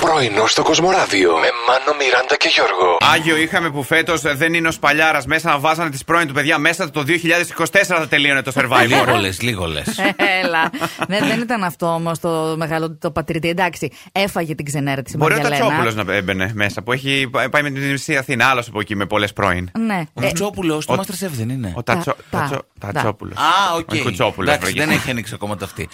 Πρωινό στο Κοσμοράδιο με Μάνο, Μιράντα και Γιώργο. Άγιο είχαμε που φέτος δεν είναι ο παλιάρα μέσα να βάζανε τις πρώην του παιδιά μέσα το 2024 θα τελείωνε το survivor. Λίγο λες, λίγο λες. Ε, Έλα. ναι, δεν ήταν αυτό όμως το μεγάλο το πατρίδι. Εντάξει, έφαγε την ξενέρα της Μπορεί ο Μαργιαλένα. Τατσόπουλος να έμπαινε μέσα που έχει πάει με την Ιωσή Αθήνα, άλλος από εκεί με πολλές πρώην. Ναι. Ο Ε, Κουτσόπουλο του ο- Masterchef δεν είναι. Ο Τατσο... Τα- Τατσο... τα- Τατσόπουλος. Α, οκ. Ο Κουτσόπουλος. Εντάξει, δεν έχει ανοίξει ακόμα το αυτή.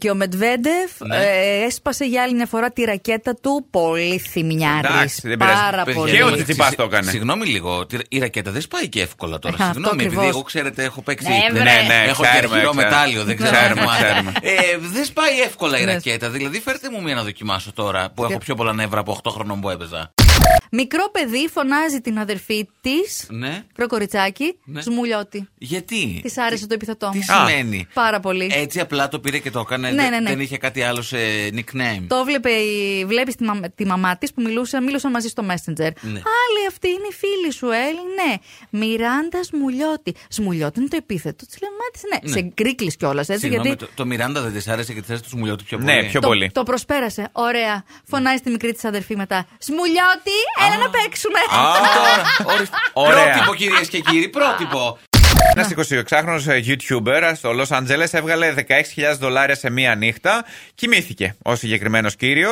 και ο Μετβέντεφ Ναι. ε, έσπασε για άλλη μια φορά τη ρακέτα του. Πολύ Εντάξει, θυμιάρη. δεν πειράζει. Πάρα Παιδιά, πολύ. Και ο λίγο- Τσιτσιπάς συ- το έκανε. Συγγνώμη λίγο. τη- Η ρακέτα δεν σπάει και εύκολα τώρα. Ε, αυτό Συγγνώμη, επειδή ακριβώς. εγώ ξέρετε έχω παίξει. Ναι, βρε. Ναι, ναι, έχω ξέρουμε, και αρχηρό ξέρουμε. μετάλλιο, δεν ξέρω. Ξέρουμε, αν θυμάστε. ξέρουμε. Ε, δεν σπάει εύκολα η Ναι. ρακέτα. Δηλαδή, φέρτε μου μία να δοκιμάσω τώρα που έχω πιο πολλά νεύρα από 8 χρονών που έπαιζα. Μικρό παιδί φωνάζει την αδερφή της. Ναι. Κροκοριτσάκι, Ναι. σμουλιώτη. Γιατί. Της άρεσε το επιθετό Τι μου. σημαίνει. Πάρα Ε, πολύ. Έτσι απλά το πήρε και το έκανε. Ναι, δεν- ναι, ναι. Δεν είχε κάτι άλλο σε nickname. Το βλέπε, η- βλέπεις τη, μα, τη μαμά της που μιλούσαν, μίλουσαν μαζί στο Messenger. Ναι. Α, λέει, αυτή είναι η φίλη σου, ε. Λέει, ναι. Μιράντας Σμουλιώτη. Σμουλιώτη είναι το επίθετο. Της λέω, «Μα της, ναι. Σε γκρίκλεις κιόλας, έτσι. Συγγνώμη, γιατί το, το Μιράντα δεν της άρεσε και της θέση του Σμουλιώτη πιο πολύ. Ναι, πιο το, πολύ. το προσπέρασε. Ωραία. Φωνάζει τη μικρή της αδερφή μετά. Σμουλιώτη, έλα να παίξουμε. Ωραία. Πρότυπο, κυρίες και κύριοι, πρότυπο. Ένα 26χρονο ε, YouTuber στο Los Angeles έβγαλε 16.000 δολάρια σε μία νύχτα. Κοιμήθηκε ο συγκεκριμένος ε,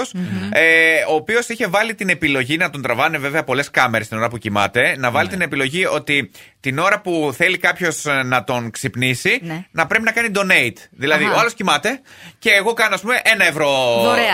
ο οποίος είχε βάλει την επιλογή να τον τραβάνε βέβαια πολλές κάμερες την ώρα που κοιμάται. Να Ναι. βάλει την επιλογή ότι την ώρα που θέλει κάποιος να τον ξυπνήσει, Ναι. να πρέπει να κάνει donate. Δηλαδή, Αχα. ο άλλος κοιμάται και εγώ κάνω, ας πούμε, ένα ευρώ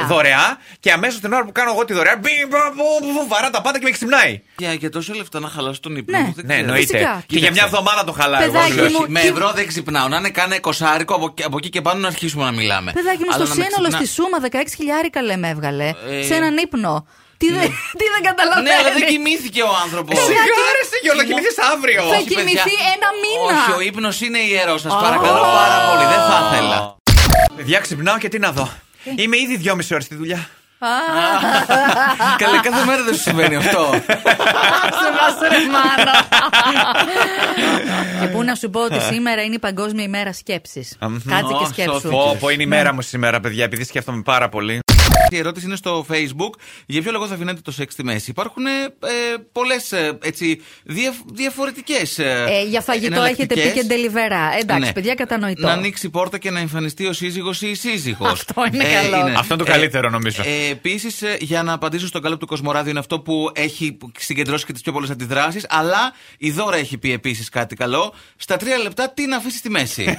Δωρεά. και αμέσως την ώρα που κάνω εγώ τη δωρεά, μπιμ, μπαμ, μπαμ, μπαμ, βαρά τα πάντα και με ξυπνάει. Για, για τόσο λεφτά να χαλάσω τον ύπνο. Ναι. μου, δεν Ναι, ξέρω. εννοείται. Φυσικά. Και για μια Κοίταξε. εβδομάδα το χαλάει. εγώ Παιδάκι λέω. Όχι, μου, με κι- ευρώ δεν ξυπνάω. Να είναι κάνα εικοσάρικο από, από εκεί και πάνω να αρχίσουμε να μιλάμε. Παιδάκι μου, στο Αλλά να με σύνολο ξυπνά- στη Σούμα 16 χιλιάρικα λέμε έβγαλε. Ε, Σε έναν ύπνο. Τι, δεν, τι δεν καταλαβαίνεις. Ναι, αλλά δεν κοιμήθηκε ο Ε, άνθρωπο. Σιγά ρε Γιώργο, θα Κοιμώ- κοιμηθείς αύριο. Θα κοιμηθεί ένα μήνα. Όχι, ο ύπνος είναι ιερός. Σας παρακαλώ πάρα πολύ. Δεν θα ήθελα. Παιδιά, ξυπνάω και τι να δω. Ε. Είμαι ήδη δυόμιση ώρες στη δουλειά. Καλή, κάθε μέρα δεν σου συμβαίνει αυτό. Άσε μας, ρε μάνα. Και πού να σου πω ότι σήμερα είναι η Παγκόσμια ημέρα σκέψης. Κάτσε και Ω, σκέψου. Ναι. σοφό. Πω, πω, είναι η μέρα μου σήμερα, παιδιά, επειδή σκέφτομαι πάρα πολύ. Η ερώτηση είναι στο Facebook. Για ποιο λόγο θα αφήνετε το σεξ στη μέση. Υπάρχουν ε, πολλέ διαφορετικές. Ε, για φαγητό έχετε πει και ντελιβερά. Εντάξει, παιδιά, κατανοητό. Ναι. Να ανοίξει η πόρτα και να εμφανιστεί ο σύζυγος ή η σύζυγος. Αυτό είναι καλό. Αυτό είναι το καλύτερο, νομίζω. Ε, Επίσης, για να απαντήσω στον καλό του Κοσμοράδιο, είναι αυτό που έχει συγκεντρώσει και τις πιο πολλές αντιδράσεις. Αλλά η Δώρα έχει πει επίσης κάτι καλό. Στα τρία λεπτά, τι να αφήσει στη μέση.